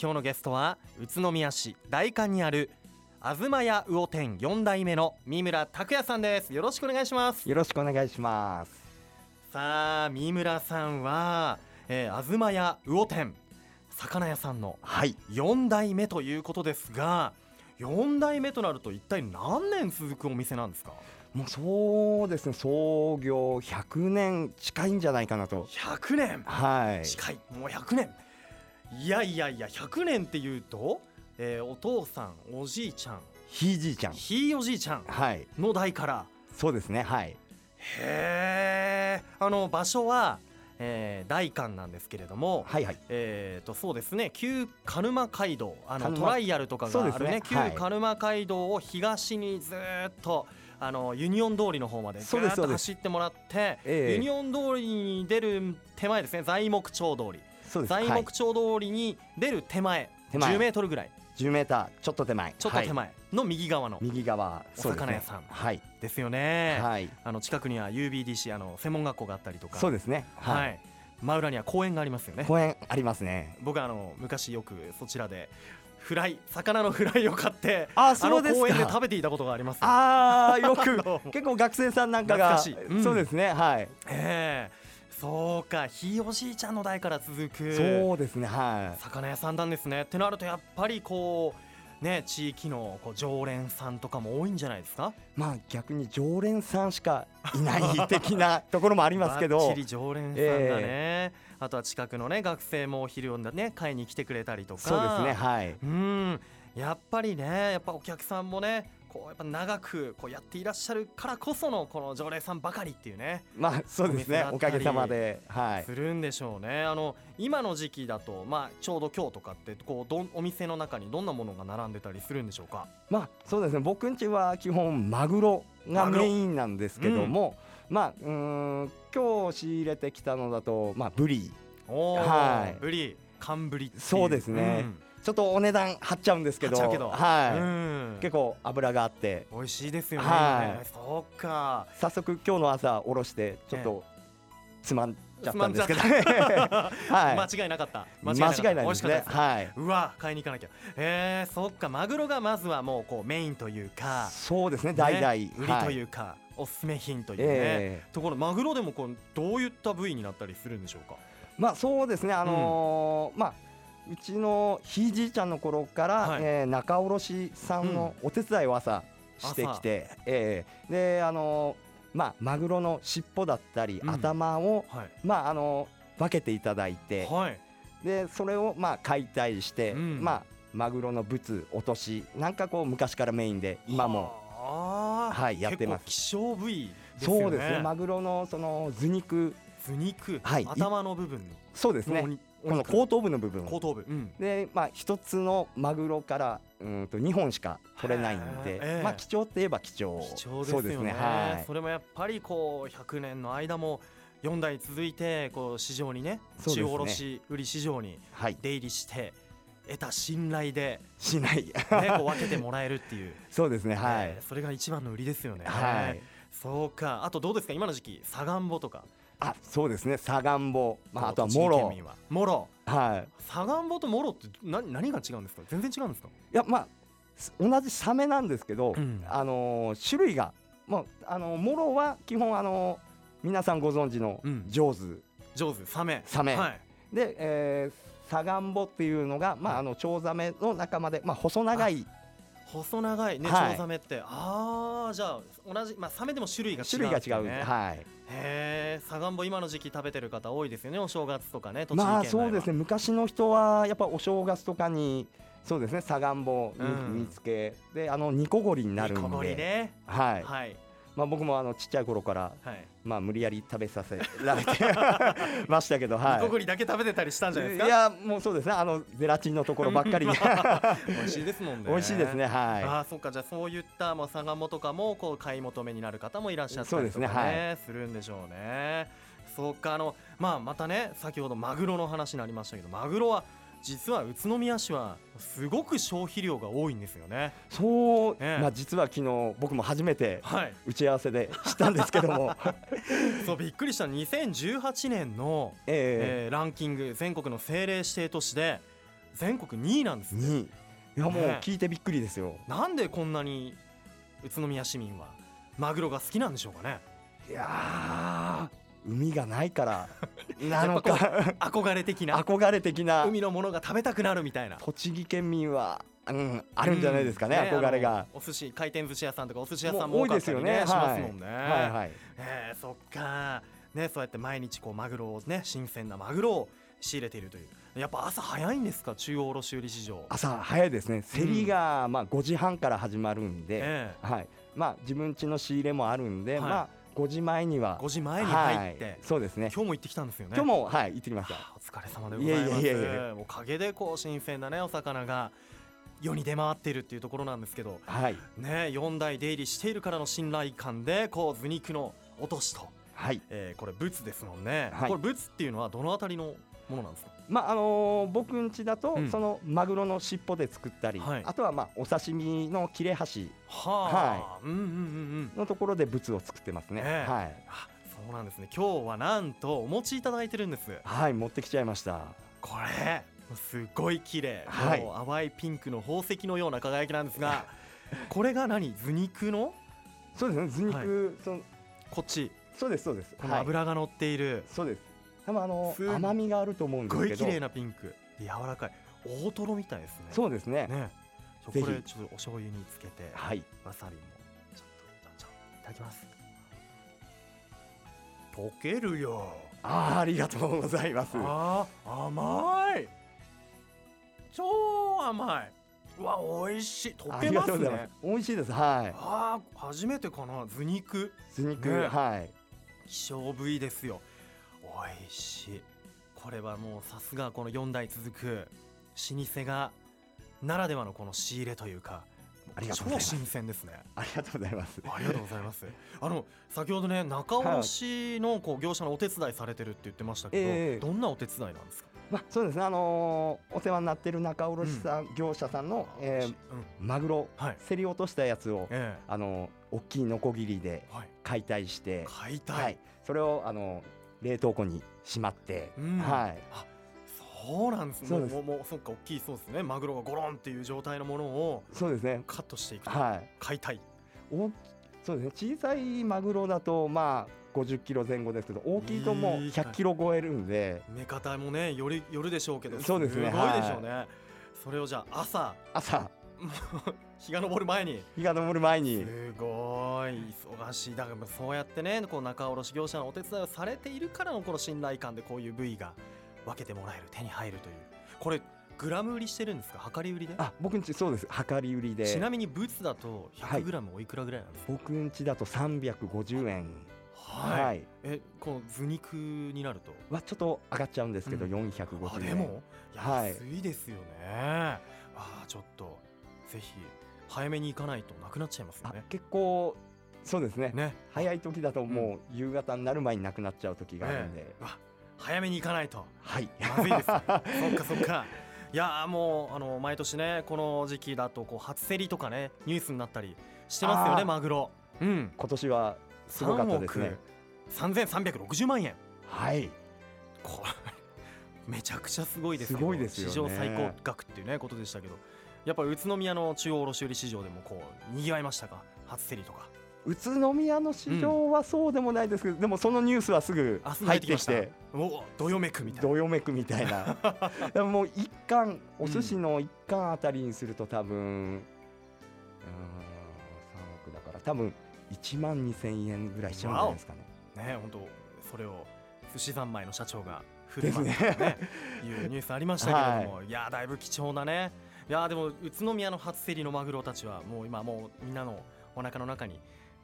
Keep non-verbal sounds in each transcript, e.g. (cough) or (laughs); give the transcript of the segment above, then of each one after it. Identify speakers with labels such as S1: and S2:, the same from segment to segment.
S1: 今日のゲストは宇都宮市大館にある東屋魚店4代目の三村拓也さんですよろしくお願いします
S2: よろしくお願いします
S1: さあ三村さんは、えー、東屋魚店魚屋さんの
S2: はい
S1: 4代目ということですが4代目となると一体何年続くお店なんですか
S2: もうそうですね創業100年近いんじゃないかなと
S1: 100年
S2: はい
S1: 近いもう100年いやいやいや100年っていうと、えーお父さんおじいちゃん
S2: ひいじいちゃん
S1: ひいおじいちゃん
S2: はい
S1: の代から
S2: そうですねはい
S1: へえあの場所は、えー、大館なんですけれども、
S2: はいはい
S1: えー、とそうですね旧鹿沼街道あ
S2: 鹿
S1: の
S2: 沼
S1: トライアルとかがあ
S2: そう
S1: る
S2: です
S1: ね
S2: ね
S1: 旧
S2: はい
S1: 鹿沼街道を東にずーっとあのユニオン通りの方までず
S2: そうで
S1: ー
S2: す
S1: っと
S2: そうです
S1: 走ってもらって、
S2: ええ
S1: ユニオン通りに出る手前ですね材木町通り
S2: そうです
S1: 材
S2: はい
S1: 木町通りに出る手前,、
S2: 手前
S1: 10メートルぐらい
S2: 10メーターちょっと手前
S1: ちょっと
S2: はい
S1: 手前の右側の、
S2: 右側
S1: お
S2: そうです
S1: 魚
S2: ね
S1: 屋さん
S2: はい
S1: ですよね、
S2: はい
S1: あの近くには UBDC あの専門学校があったりとか
S2: そうですね
S1: は
S2: はい
S1: い、真裏には公園がありますよね
S2: 公園ありますね
S1: 僕はあの昔よくそちらでフライ魚のフライを買って
S2: あ
S1: あの公園で食
S2: べ
S1: べていたことがあります
S2: (laughs) (laughs) あーよ
S1: どう
S2: く
S1: も
S2: 結構学生さんなんかが
S1: 懐かしいうん
S2: そうですねはい
S1: ええそうかひいおじいちゃんの代から続く
S2: そうですねはい
S1: 魚屋さんなんですねってなるとやっぱりこうね地域のこう常連さんとかも多いんじゃないですか
S2: まあ逆に常連さんしかいない的なところもありますけ
S1: ばっ
S2: ど
S1: ちり常連さんがね、あとは近くのね学生もお昼をね買いに来てくれたりとか
S2: そうですねはい
S1: うんやっぱりねやっぱお客さんもねこうやっぱ長くこうやっていらっしゃるからこそのこの常連さんばかりっていうね、
S2: まあそうですね
S1: お店だったり
S2: おかげさまではい
S1: するんでしょうねあの今の時期だと、まあ、ちょうど今日とかってこうどんお店の中にどんなものが並んでたりするんでしょうか
S2: まあそうですね僕んちは基本マグロが
S1: マグロ
S2: メインなんですけども、まあうーん今日仕入れてきたのだとまあブリ
S1: おお、
S2: はい
S1: ブリ寒ブリってい
S2: そうですねちょっとお値段張っちゃうんですけど
S1: 買っちゃうけど
S2: はい、
S1: うん
S2: 結構脂があって
S1: 美味しいですよね、
S2: はい
S1: ねそうか
S2: 早速今日の朝おろしてちょっとつまんちゃったんですけど、
S1: つ
S2: (laughs) は
S1: 間違いなかった
S2: い間
S1: 美
S2: 違いないで
S1: 味し
S2: す
S1: かった
S2: ね
S1: です
S2: はいう
S1: わ買いに行かなきゃえー、そっかマグロがまずはもうこうメインというか
S2: そう (laughs) ですね
S1: ね
S2: 代々、
S1: 売りと
S2: う、
S1: いうか、おすすめ品というね、
S2: ええ
S1: ところマグロでもこうどういった部位になったりするんでしょうか
S2: まあそうですねあのーまあうちのひいじいちゃんの頃から、
S1: はい
S2: えー仲卸さんのお手伝いを朝してきて、ええであのーまあマグロの尻尾だったり、
S1: うん
S2: 頭を
S1: はい、
S2: まああのー分けていただいて、
S1: はい、
S2: でそれをまあ解体して、
S1: うん
S2: まあマグロのブツ落としなんかこう昔からメインで今も
S1: はあ
S2: はいやってます
S1: 結構希少部位ですよね
S2: そうですねマグロのその頭肉
S1: 頭肉、
S2: はい
S1: 頭の部分の
S2: そうですね
S1: のお
S2: この
S1: 肉
S2: 後頭部の部分
S1: 後頭部、うん
S2: でまあ一つのマグロからうんと二本しか取れないん
S1: へ
S2: で、
S1: え
S2: まあ貴重って言えば貴重
S1: 貴重です
S2: そ
S1: よ
S2: う
S1: ね
S2: で
S1: そ
S2: すねはい
S1: れもやっぱりこう100年の間も4代続いてこう市場にね
S2: そうです
S1: 中
S2: ね
S1: 卸売り市場に
S2: はい
S1: 出入りして得た信頼で、
S2: しない (laughs)
S1: ね、こう分けてもらえるっていう、
S2: そうですねは
S1: え
S2: い
S1: ーそれが一番の売りですよね。
S2: はい
S1: そうかあとどうですか今の時期サガンボとか、
S2: あそうですねサガンボまああとは
S1: 栃木
S2: モロ
S1: 県民はモロ
S2: はい
S1: サガンボとモロってな何が違うんですか全然違うんですか
S2: いやまあす同じサメなんですけど、
S1: うん
S2: あのー種類がもうあのーモロは基本あのー皆さんご存知の
S1: うん
S2: 上手、
S1: 上手サメ
S2: サメ
S1: はい、
S2: で、えーサガンボっていうのが、まあ、あのチョウザメの仲間で、まあ、細長い
S1: 細長いねチ
S2: はい
S1: ョウザメってああじゃあ同じまあサメでも種類が違う、
S2: 種類が違うんで
S1: ね
S2: す、はい、
S1: へえサガンボ今の時期食べてる方多いですよねお正月とかね栃木県内は、
S2: まあそうですね昔の人はやっぱお正月とかにそうですねサガンボに
S1: うん
S2: 煮つけ、であの煮こごりになるんで
S1: 煮こごりね
S2: はい
S1: はい
S2: まあ、僕もあのちっちゃい頃から、
S1: はい、
S2: まあ、無理やり食べさせられて (laughs) ましたけど、はい、
S1: 煮こごりだけ食べてたりしたんじゃないですか
S2: いやもうそうですねあのゼラチンのところばっかり
S1: うん
S2: で
S1: 美味しいですもんね
S2: (laughs) 美味しいですねは
S1: ああそっかじゃあそういったまあサガンモとかもこう買い求めになる方もいらっしゃった
S2: そう
S1: り
S2: で
S1: と
S2: す
S1: かね
S2: ね
S1: するんでしょうねそうかあのまあまたね先ほどマグロの話になりましたけどマグロは実は宇都宮市はすごく消費量が多いんですよ
S2: (laughs)
S1: ね
S2: いそう、
S1: ええ
S2: まあ、実は昨日僕も初めて
S1: はい
S2: 打ち合わせでしたんですけ
S1: (laughs)
S2: ども
S1: そうびっくりした2018年の、
S2: え
S1: え
S2: え
S1: ーランキング全国の政令指定都市で全国2位なんですって
S2: にいやもう
S1: ね
S2: 聞いてびっくりですよ。
S1: なんでこんなに宇都宮市民はマグロが好きなんでしょうかね
S2: いやー海がないから
S1: (laughs)
S2: なの
S1: やっ
S2: か
S1: 憧れ的な
S2: 憧れ的な
S1: 海のものが食べたくなるみたいな
S2: 栃木県民は、うん、あるんじゃないですかね、
S1: うん
S2: 憧れ
S1: あ
S2: が。
S1: のお寿司回転寿司屋さんとかお寿司屋さん
S2: も
S1: も
S2: う
S1: 多かったりね
S2: 多いです
S1: し
S2: よね
S1: ますもんね、
S2: はいはい、
S1: えーそっかねそうやって毎日こうマグロをね新鮮なマグロを仕入れているというやっぱ朝早いんですか中央卸売市場
S2: 朝早いですね競りが、まあ、5時半から始まるんで、
S1: え
S2: はいまあ、自分家の仕入れもあるんで、
S1: はい
S2: まあ、5時前には
S1: え5時前に入って、
S2: はい、そうですね
S1: 今日も行ってきたんですよね
S2: 今日も、はい、行ってきました
S1: はあお疲れ様でございます
S2: いえいえいえいえ
S1: おかげでこう新鮮なねお魚が世に出回っているっていうところなんですけど
S2: はい、
S1: ね4代出入りしているからの信頼感でこう図肉の落としと、
S2: はい
S1: えーこれ仏ですもんね、
S2: はい
S1: これ仏っていうのはどのあたりのものなんですか
S2: まああのー僕ん家だと、
S1: うん
S2: そのマグロの尻尾で作ったり、
S1: はい
S2: あとは、まあ、お刺身の切れ端
S1: はあ、うんうんうんうん
S2: のところで仏を作ってますね、
S1: ねえ
S2: はい、
S1: あそうなんですね今日はなんとお持ちいただいてるんです
S2: はい、持ってきちゃいました
S1: これすごい綺麗、
S2: はい
S1: もう淡いピンクの宝石のような輝きなんです
S2: (laughs)
S1: がこれが何図肉の
S2: そうですね図肉、
S1: はい
S2: その
S1: こっち
S2: そうですそうです
S1: この
S2: はい
S1: 脂が乗っている、
S2: そうです多分あの
S1: すっ
S2: 甘みがあると思うん
S1: すご
S2: です
S1: い
S2: け
S1: 綺
S2: ど
S1: 麗なピンクで柔らかい大トロみたいですね
S2: そうですね
S1: ねち
S2: ぜ
S1: ょ
S2: ひ
S1: これちょっとお醤油につけて
S2: はい
S1: わさびもちょっとちょっといただきます溶けるよ
S2: あーありがとうございます
S1: あー甘い超甘いうわ美味しい溶
S2: あ
S1: け
S2: り
S1: ま
S2: がと
S1: す
S2: うございま
S1: ね
S2: す美味しいですは
S1: ああ初めてかな図肉
S2: い図肉、
S1: ねえ
S2: はい
S1: 希少部位ですよ美味しいこれはもうさすがこの4代続く老舗がならではのこの仕入れというか
S2: ありがとうございます
S1: 超新鮮ですね
S2: ありがとうございます
S1: ありがとうございますあの先ほどね仲卸のこう業者のお手伝いされてるって言ってましたけど、
S2: ええ
S1: どんなお手伝いなんですか、
S2: (laughs) まあそうですねあのーお世話になってる仲卸さん、業者さんの、えー
S1: うん
S2: マグロ
S1: はい
S2: 競り落としたやつを
S1: え
S2: あのー大きいノコギリで
S1: えはい
S2: 解体して
S1: 解体、
S2: はいそれをあのー冷凍庫にしまって、
S1: うん
S2: はい
S1: そうなんですね
S2: そうです
S1: もうもうそっか大きいそうですねマグロがゴロンっていう状態のものを
S2: そうですね
S1: カットしていくと、
S2: はい
S1: 解体
S2: 大きそうですね小さいマグロだとまあ50キロ前後ですけど大きいともう
S1: いい
S2: 100キロ超えるんで
S1: 目方もねよりよるでしょうけど
S2: そうですね
S1: すごいでしょうね、それをじゃあ朝
S2: 朝
S1: 日が昇る前に
S2: 日が昇る前に
S1: すごい忙しいだからそうやってねこう仲卸業者のお手伝いをされているからのこの信頼感でこういう部位が分けてもらえる手に入るというこれグラム売りしてるんですか量り売りで
S2: あ僕んちそうです量り売りで
S1: ちなみにブツだと
S2: は
S1: 1
S2: い
S1: 0 0ムおいくらぐらいなんですか
S2: 僕んちだと350円
S1: は
S2: はい、
S1: えこの図肉になると
S2: はちょっと上がっちゃうんですけど、
S1: うんあ
S2: 450円
S1: でも
S2: はい
S1: 安いですよね、あーちょっとぜひ早めに行かないとなくなっちゃいますよ
S2: あ
S1: ね
S2: 結構そうですね
S1: ね
S2: 早い時だともう夕方になる前になくなっちゃう時があるんで、
S1: あ早めに行かないと
S2: はい
S1: まず
S2: (laughs)
S1: いですねそっかそっかいやーもうあの毎年ねこの時期だとこう初競りとかねニュースになったりしてますよ
S2: あ
S1: ね
S2: ー
S1: マグロうん
S2: 今年はすごかったですね
S1: 3億3360万円
S2: はい
S1: これめちゃくちゃすごいですけど
S2: すごいですよね
S1: 史上最高額っていうねことでしたけどやっぱ宇都宮の中央卸売市場でもこう賑わいましたか初競りとか
S2: 宇都宮の市場はそうでもないですけど、でもそのニュースはすぐ
S1: あすぐ
S2: 入ってき
S1: ました
S2: て
S1: おおどよめくみたいな
S2: どよめくみた
S1: (laughs)
S2: いなでももう一貫お寿司の一貫あたりにすると多分、うーん、3億だから多分1万2000円ぐらいしちゃうんじゃないですかね。
S1: ね本当それを寿司三昧の社長が振る舞ったとかねいうニュースありましたけれども、い、やーだいぶ貴重なねいやーでも宇都宮の初競りのマグロたちはもう今もうみんなのお腹の中に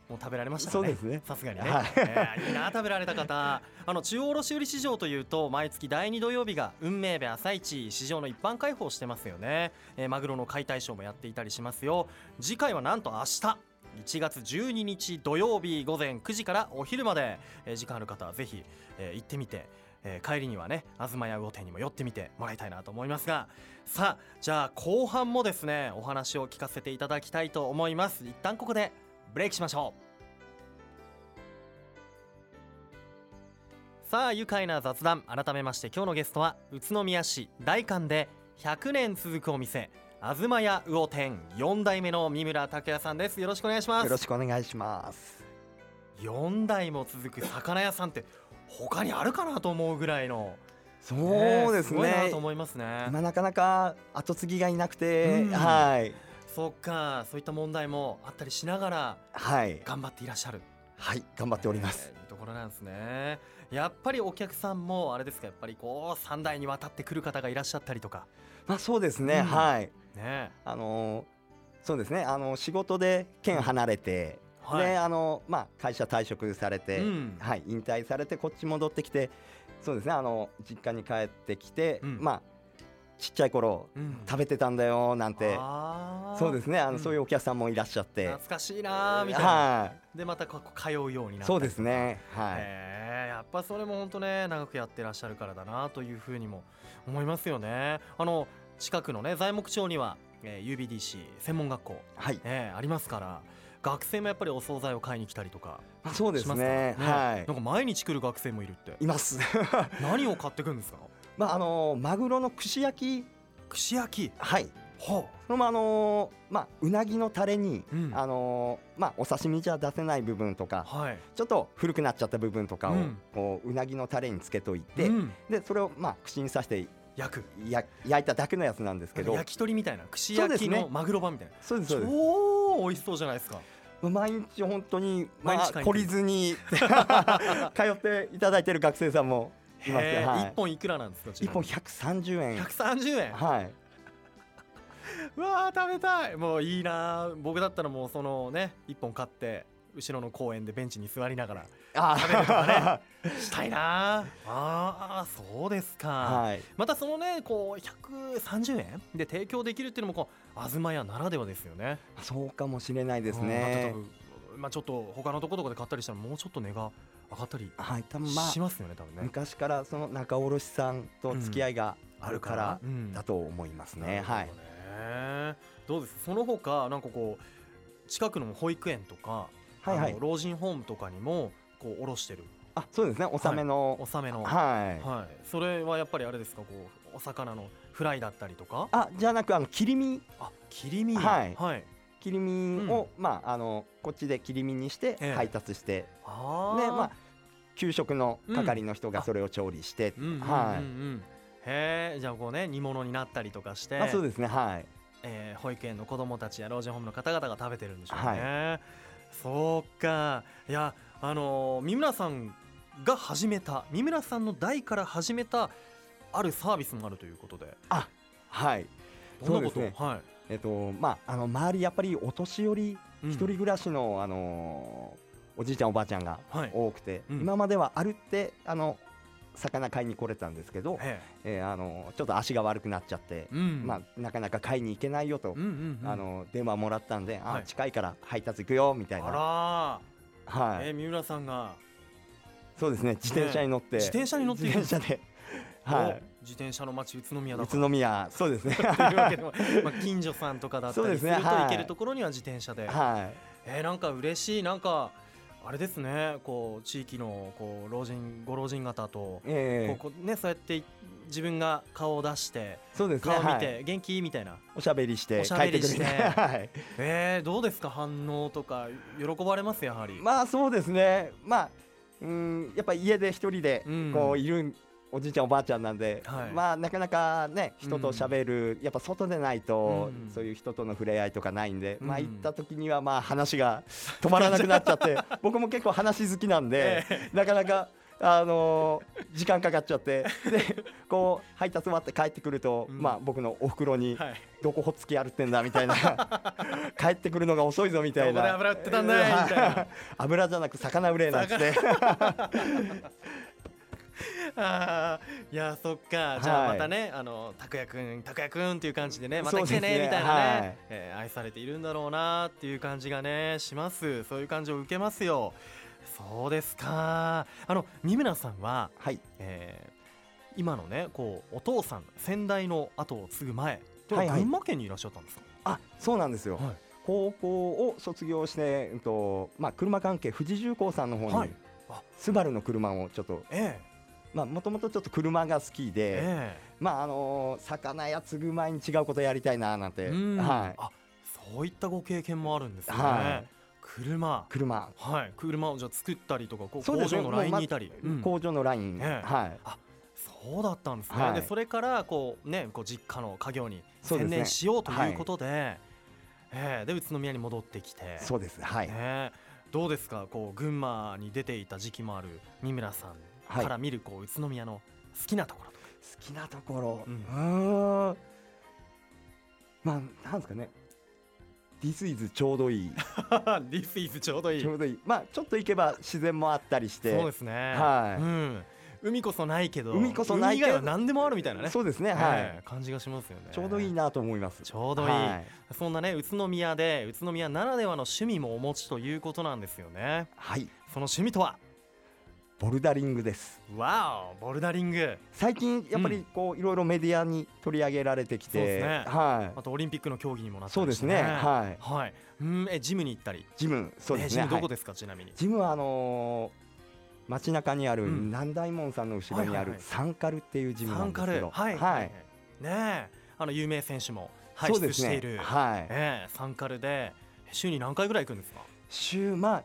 S1: もう食べられましたか
S2: そう
S1: ね
S2: ですね
S1: さすがにね、
S2: はい
S1: えーいいな食べられた方あの中央卸売市場というと毎月第2土曜日が運命日朝市市場の一般開放してますよね、えーマグロの解体ショーもやっていたりしますよ次回はなんと明日1月12日土曜日午前9時からお昼まで、えー時間ある方はぜひ、えー行ってみて、えー帰りにはね東屋魚店にも寄ってみてもらいたいなと思いますがさあじゃあ後半もですねお話を聞かせていただきたいと思います一旦ここでブレイクしましょうさあ愉快な雑談改めまして今日のゲストは宇都宮市大館で100年続くお店東屋魚店4代目の三村拓也さんですよろしくお願いしま
S2: よろ
S1: す
S2: しくお願いします
S1: 4代も続く魚屋さんって他にあるかなと思うぐらいの
S2: そうです
S1: すごいな
S2: ね
S1: と思いますね
S2: 今なかなか後継ぎがいなくて、
S1: うん
S2: はい
S1: そっかそういった問題もあったりしながら
S2: はい
S1: 頑張っていらっしゃる
S2: はい頑張っております、
S1: えーいいところなんですねやっぱりお客さんもあれですかやっぱりこう3代にわたってくる方がいらっしゃったりとか
S2: まあそうですね、
S1: うん
S2: はい
S1: ね
S2: あのーそうですねあの仕事で県離れて、
S1: はい
S2: であのまあ会社退職されて、
S1: うん
S2: はい引退されてこっち戻ってきてそうですねあの実家に帰ってきて、
S1: うん
S2: まあちっちゃい頃
S1: うん
S2: 食べてたんだよなんてそうです
S1: ね
S2: ねあの、
S1: うん
S2: そういうお客さんもいらっしゃって
S1: 懐かしいなーみたいな、
S2: は
S1: でまたこう通うようになっ
S2: い
S1: た
S2: そうで
S1: り
S2: すねはい、
S1: へえやっぱそれも本当ね長くやってらっしゃるからだなというふうにも思いますよねあの近くのね材木町には、えー UBDC 専門学校、
S2: はい
S1: えーありますから学生もやっぱりお惣菜を買いに来たりとか
S2: あそうで
S1: し
S2: す
S1: ますから
S2: ねは
S1: なんか毎日来る学生もいるって
S2: いいます (laughs)
S1: 何を買ってくんですか
S2: まああのマグロの串焼き
S1: 串焼き
S2: はい
S1: ほ
S2: それもあのまあうなぎのタレに、
S1: うん
S2: あのまあお刺身じゃ出せない部分とか
S1: はい
S2: ちょっと古くなっちゃった部分とかを、
S1: うん
S2: こううなぎのタレにつけといて、
S1: うん
S2: でそれをまあ串に刺して
S1: 焼く
S2: や焼いただけのやつなんですけど
S1: 焼き鳥みたいな串焼き
S2: そうです
S1: の
S2: ね
S1: マグロ版みたいな
S2: そうですそうです
S1: 超美味しそうじゃないですか
S2: もう毎日本当に、ま
S1: 毎
S2: あ、
S1: 日通ってる
S2: 懲り
S1: (laughs)
S2: ずに通っていただいてる学生さんもいます
S1: へ
S2: ね、
S1: え
S2: は
S1: 一本いくらなんですかち
S2: い、1
S1: なみ
S2: 本
S1: に
S2: 130円
S1: 130円
S2: はい、
S1: うわー食べたいもういいなー僕だったらもうそのね一本買って後ろの公園でベンチに座りながら
S2: あ
S1: 食べると
S2: (laughs)
S1: かしたいなーあーそうですか、
S2: はい、
S1: またそのねこう130円で提供できるっていうのもこう東屋ならではですよね
S2: そうかもしれないです
S1: うん
S2: ね
S1: まあ。ちょっとまあちょっと他のとことかで買ったりしたらもうちょっと値が上がったり
S2: はい、多分まあ
S1: しますよね多分ね
S2: 昔からその仲卸さんと付き合いがあるから
S1: うん
S2: だと思いますね。は
S1: なる
S2: い
S1: ほ、どねどうですその他なんかこう近くの保育園とか
S2: はいは
S1: あ
S2: い
S1: の。老人ホームとかにもこう卸してる
S2: あ、そうですね。納めの
S1: 納めの、は
S2: はい
S1: い。それはやっぱりあれですかこうお魚のフライだったりとか
S2: あ、じゃなくあの切り身
S1: あ切り身
S2: はい
S1: はい、
S2: 切り身をまああのこっちで切り身にして
S1: ええ
S2: 配達してで
S1: あー
S2: まあ給食の係の人がそれを調理して
S1: うんうんうんうん、
S2: はい。
S1: へえじゃあこうね煮物になったりとかして
S2: あ、そうですね。はい。
S1: えー保育園の子どもたちや老人ホームの方々が食べてるんでしょうね、そうかいやあのー三村さんが始めた三村さんの代から始めたあるサービスもあるということで
S2: はい。
S1: どんなこ
S2: そ
S1: と、
S2: うですね
S1: は
S2: えっとまああの周りやっぱりお年寄り
S1: い、うん
S2: 一人暮らしのあのおじいちゃんおばあちゃんが
S1: はい
S2: 多くて、
S1: うん
S2: 今までは歩ってあの魚買いに来れたんですけど、
S1: え
S2: えーあのちょっと足が悪くなっちゃって
S1: え、うん
S2: まあ、なかなか買いに行けないよ
S1: う
S2: と、
S1: んうんうん、
S2: あの電話もらったんで、
S1: は
S2: あ
S1: い
S2: 近いから配達行くよみたいな、
S1: あら
S2: は
S1: ー、
S2: い
S1: えー三浦さんが、
S2: そうですね自転車に乗って、
S1: 自転車に乗ってい
S2: 自
S1: る
S2: 転車で、
S1: お
S2: は
S1: 自転車の街宇都
S2: い、
S1: 宮だ
S2: 宇
S1: から
S2: 都宮そうですね
S1: というわけでも、 (laughs) まあ、近所さんとかだった
S2: そう
S1: り
S2: ですす
S1: る
S2: ね
S1: と
S2: はい
S1: 行けるところには自転車で、
S2: (laughs) は
S1: えー、なんか嬉しいなんかあれですねこう地域のこう老人ご老人方と、
S2: い、え
S1: こうこうねそうやって自分が顔を出して
S2: ー、そうですね
S1: 顔を見て、
S2: はい、
S1: 元気みたいな、
S2: おしゃべりして
S1: おしゃべり
S2: 帰ってくるみたいな (laughs)
S1: して
S2: はい
S1: えー、どうですか反応とか喜ばれますやはり、
S2: まあそうですねまあうんやっぱ家で一人で
S1: うん
S2: こういる、おじいちゃんおばあちゃんなんで、
S1: はい
S2: まあなかなかね人と喋る、やっぱ外でないと、
S1: うん
S2: そういう人との触れ合いとかないんで、
S1: うん
S2: まあ行った時にはまあ話が止まらなくなっちゃって
S1: (laughs)
S2: 僕も結構話好きなんで、なかなか。あのー時間かかっちゃってでこう配達終わって帰ってくると、
S1: うん
S2: まあ、僕のおふくろに、
S1: はい
S2: どこほっつき歩ってんだ
S1: (laughs)
S2: みたいな帰ってくるのが遅いぞみたい
S1: ど
S2: な
S1: こで油売ってたんだいみたいな
S2: (laughs) 油じゃなく魚売れなんつって
S1: (laughs) あーいやそっかじゃあ
S2: は
S1: ま
S2: い
S1: たね、あの拓也くん拓也くんっていう感じでねま
S2: そ
S1: た
S2: う
S1: 来
S2: で
S1: て
S2: すね
S1: ねみたいなね、
S2: はい
S1: えー愛されているんだろうなっていう感じがねしますそういう感じを受けますよそうですかあの三村さんは、
S2: はい
S1: えー今のねこうお父さん先代の後を継ぐ前と
S2: はいはい
S1: 群馬県にいらっしゃったんですか、
S2: あそうなんですよ、
S1: はい
S2: 高校を卒業して、うんとまあ、車関係富士重工さんの方に、
S1: はいあ
S2: スバルの車をちょっと
S1: ええ
S2: まあもともとちょっと車が好きで、
S1: ええ
S2: まああのー魚や継ぐ前に違うことやりたいななんて、
S1: うん
S2: はい、
S1: あそういったご経験もあるんですね、
S2: はい
S1: 車
S2: 車、
S1: はい車をじゃあ作ったりとかこう
S2: そう
S1: 工
S2: ですね
S1: 場のラインにいたりうん
S2: 工場のライン、
S1: ええ
S2: はい、
S1: そうだったんですね、
S2: はい
S1: でそれからこう、ね、こう実家の家業に
S2: そうで
S1: 専
S2: すね
S1: 念しようということでえーで宇都宮に戻ってきて
S2: そうですはい、
S1: ねどうですかこう群馬に出ていた時期もある三村さん
S2: はい
S1: から見るこう宇都宮の好きなところとか、
S2: 好きなところ、
S1: う
S2: うんん、ーんまあなんですかね This is ちょうどいい (laughs)
S1: This is ちょうどいい
S2: ちょ
S1: そう
S2: どいいまあちょっと行けば自然もあったりして
S1: うですね、
S2: はい
S1: うん、海こそないけど
S2: 海こそない
S1: 海以
S2: けど
S1: 外は何でもあるみたいなね
S2: そうですねはい、
S1: えー感じがしますよね
S2: ちょうどいいなと思います
S1: ちょうどいい
S2: はい、
S1: そんなね宇都宮で宇都宮ならではの趣味もお持ちということなんですよね
S2: はい、
S1: その趣味とは
S2: ボルダリングです
S1: わおボルダリング
S2: 最近やっぱ
S1: うん
S2: りこういろいろメディアに取り上げられてき
S1: そうで
S2: て、
S1: すね
S2: は
S1: あとオリンピックの競技にもないっ
S2: そ
S1: た
S2: う
S1: り
S2: で
S1: し
S2: す
S1: て
S2: ねはい
S1: はいうんえジムに行ったり
S2: ジムそうです
S1: えジ
S2: ね
S1: ムどこ
S2: はい
S1: ですか、ちなみに
S2: ジムはあのー街中にある
S1: うん
S2: 南大門さんの後ろに
S1: は
S2: あ
S1: いはい
S2: る
S1: はい
S2: サンカルっていうジム
S1: サ
S2: な
S1: ン
S2: んで
S1: カ
S2: すけ
S1: ル
S2: ど、
S1: はいはい、はい、ねえあの有名選手も輩
S2: そう
S1: 出
S2: で
S1: し
S2: す
S1: て
S2: ね
S1: いる、
S2: はい、
S1: ええサンカルで週に何回ぐらい行くんですか
S2: 週まあ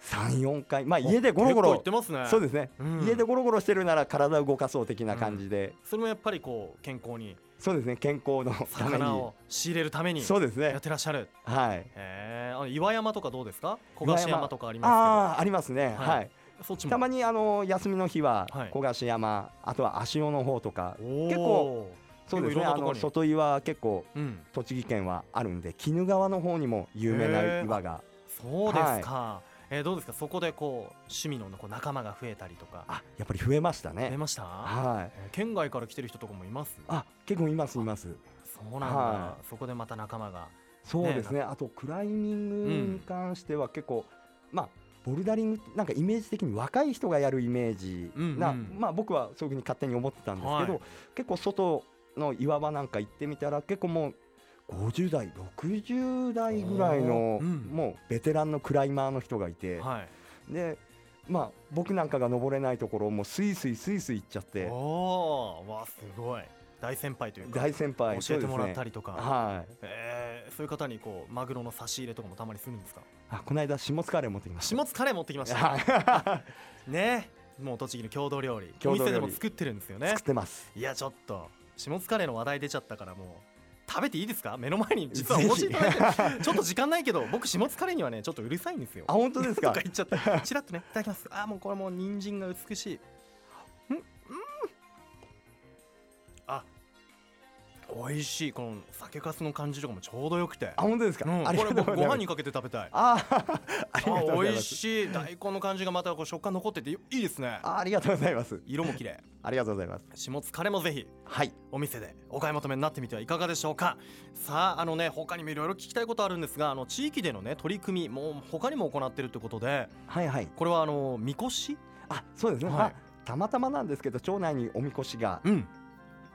S2: 三四回、まあ家でゴロ
S1: 結構
S2: ゴ
S1: 行
S2: ロ
S1: っ、てますね
S2: そう
S1: で
S2: ですね、
S1: す、うん
S2: 家でゴロゴロしてるなら体を動かそう的な感じで、
S1: それもやっぱりこう健康に
S2: そうですね健康のため
S1: 魚
S2: に
S1: を、仕入れるために
S2: そうです
S1: や
S2: ね
S1: っ、てらっしゃる
S2: はい。
S1: えー、あの岩山とかどうですか小菓子
S2: 岩
S1: 山
S2: 山
S1: とかありま
S2: ああーありますね、
S1: はい
S2: は
S1: す
S2: い。
S1: けどそっちも
S2: たまにあの休みの日は
S1: はい
S2: 小菓子山、あとは足尾の方とか、
S1: おー
S2: 結構そうで
S1: 結構い
S2: すね、
S1: ろんな
S2: あ
S1: とこ
S2: の
S1: に
S2: 外岩結構
S1: うん
S2: 栃木県はあるんで鬼怒川の方にも有名な岩が
S1: そうですか、えーどうですかそこでこう趣味のこう仲間が増えたりとか
S2: あやっぱり増えました
S1: 増え
S2: ね
S1: ました、
S2: はい
S1: えー県外から来てる人とかもいます
S2: あ結構いますいます
S1: そうなんだ、
S2: は
S1: そこでまた仲間が
S2: そうですねあとクライミングに関しては結構、まあボルダリングなんかイメージ的に若い人がやるイメージな、
S1: うんうん
S2: まあ、僕はそういうふうに勝手に思ってたんですけど、
S1: はい
S2: 結構外の岩場なんか行ってみたら結構もう50代60代ぐらいの
S1: お、ーうん
S2: もうベテランのクライマーの人がいて、
S1: はい
S2: でまあ僕なんかが登れないところをもうスイスイスイスイ行っちゃって
S1: おーわあすごい大先輩というか
S2: 大先輩
S1: 教えてもらった
S2: り
S1: りとか、
S2: はい
S1: えーそういう方にこうマグロの差し入れとかもたまにするんですか
S2: あこの間下津カレー持ってきまし
S1: 下津カレー持ってきましたた
S2: はい
S1: ねもう栃木の郷土料理
S2: 郷土料理
S1: お店でも作ってるんですよね
S2: (laughs) 作ってます
S1: いやちょっと下津カレーの話題出ちゃったからもう食べていいですか目の前に実はお持ちいただいてるちょっと時間ないけど僕下津カレーにはねちょっとうるさいんですよ
S2: あ本当です
S1: と
S2: か
S1: か言っちゃったちらっとねいただきますあーもうこれもう人参が美しいうんうんあ美味しいこの酒粕の感じとかもちょうどよくて
S2: あ本当ですか、
S1: うん、こ
S2: あり
S1: れ
S2: がとう
S1: 僕
S2: ご
S1: ご
S2: ざいま
S1: 飯
S2: す
S1: にかけて食べたい
S2: あありがとうござ
S1: 美
S2: いま
S1: 味
S2: す
S1: しい大根の感じがまたこう食感残ってていいですね
S2: あありがとうございます
S1: 色も綺麗
S2: ありがとうございます
S1: 下津カレーもぜひ
S2: はい
S1: お店でお買い求めになってみてはいかがでしょうかさああのね他にもいろいろ聞きたいことあるんですがあの地域でのね取り組みもう他にも行ってるということで
S2: はいはい
S1: これはあのみこし
S2: あそうですね、
S1: はい
S2: まあたまたまなんですけど町内におみこしが
S1: うん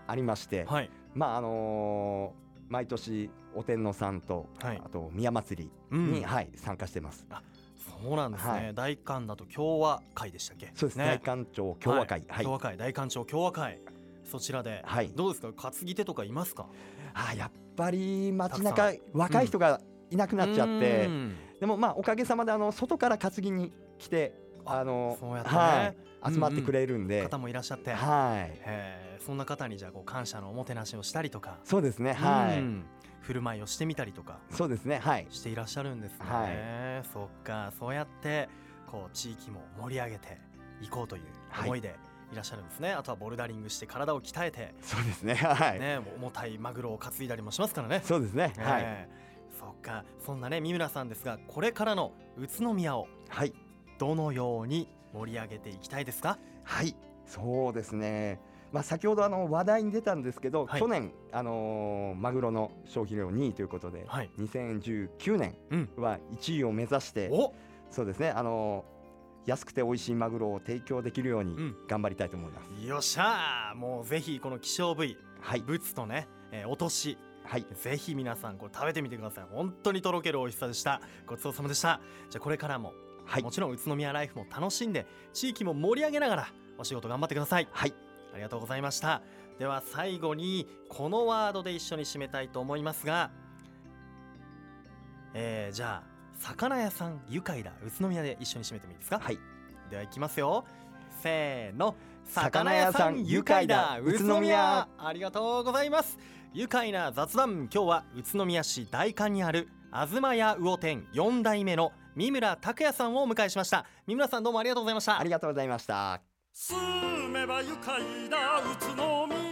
S2: ありまして、
S1: はい
S2: まああのー毎年お天皇さんと、
S1: はい
S2: あと宮祭
S1: う
S2: り
S1: ん
S2: に、はい参加してます
S1: そうなんですね、
S2: はい
S1: 大観だと共和会でしたっけ
S2: そうですね大
S1: ね
S2: 官庁共和会
S1: は
S2: は
S1: い、
S2: い
S1: 共和会大官庁共和会そちらで、
S2: はい
S1: どうですか担ぎ手とかいますか
S2: あやっぱり街
S1: たく
S2: 中若い人がいなくなっちゃって、
S1: うん
S2: でもまあおかげさまであの外から担ぎに来て
S1: あ
S2: あの
S1: そうやってね、
S2: はい、集まってくれるんで、
S1: 方もいらっしゃって、
S2: はい
S1: えーそんな方にじゃあこう感謝のおもてなしをしたりとか
S2: そうですねはい、
S1: うん振る舞いをしてみたりとか
S2: そうですねはい
S1: していらっしゃるんですね、
S2: は
S1: そっかそうやってこう地域も盛り上げていこうという
S2: はい
S1: 思いでいらっしゃるんですね、あとはボルダリングして体を鍛えて、
S2: そうですね (laughs) はい、
S1: ね、重たいマグロを担いだりもしますからね
S2: そうですねはい、
S1: えーそっかそんなね三村さんですがこれからの宇都宮を
S2: はい
S1: どのように盛り上げていきたいですか
S2: はいそうですねまあ先ほどあの話題に出たんですけど、
S1: はい
S2: 去年あのーマグロの消費量2位ということで、
S1: はい
S2: 2019年
S1: うん
S2: は1位を目指して、
S1: お
S2: そうですねあのー安くて美味しいマグロを提供できるよう
S1: う
S2: に
S1: ん
S2: 頑張りたいと思います、
S1: よっしゃーもうぜひこの希少部位
S2: はい
S1: ブツとね、えー落とし
S2: はい
S1: ぜひ皆さんこれ食べてみてください本当にとろける美味しさでしたごちそうさまでしたじゃあこれからも、
S2: はい
S1: もちろん宇都宮ライフも楽しんで地域も盛り上げながらお仕事頑張ってください
S2: はい
S1: ありがとうございましたでは最後にこのワードで一緒に締めたいと思いますが、えーじゃあ魚屋さん愉快だ宇都宮で一緒に締めてもいいですか
S2: はい
S1: ではいきますよせーの
S2: 魚屋さん愉快だ宇都宮
S1: ありがとうございます愉快な雑談今日は宇都宮市大館にある東屋魚店4代目の三村拓也さんをお迎えしました三村さんどうもありがとうございました
S2: ありがとうございました
S3: 住めば愉快な宇都宮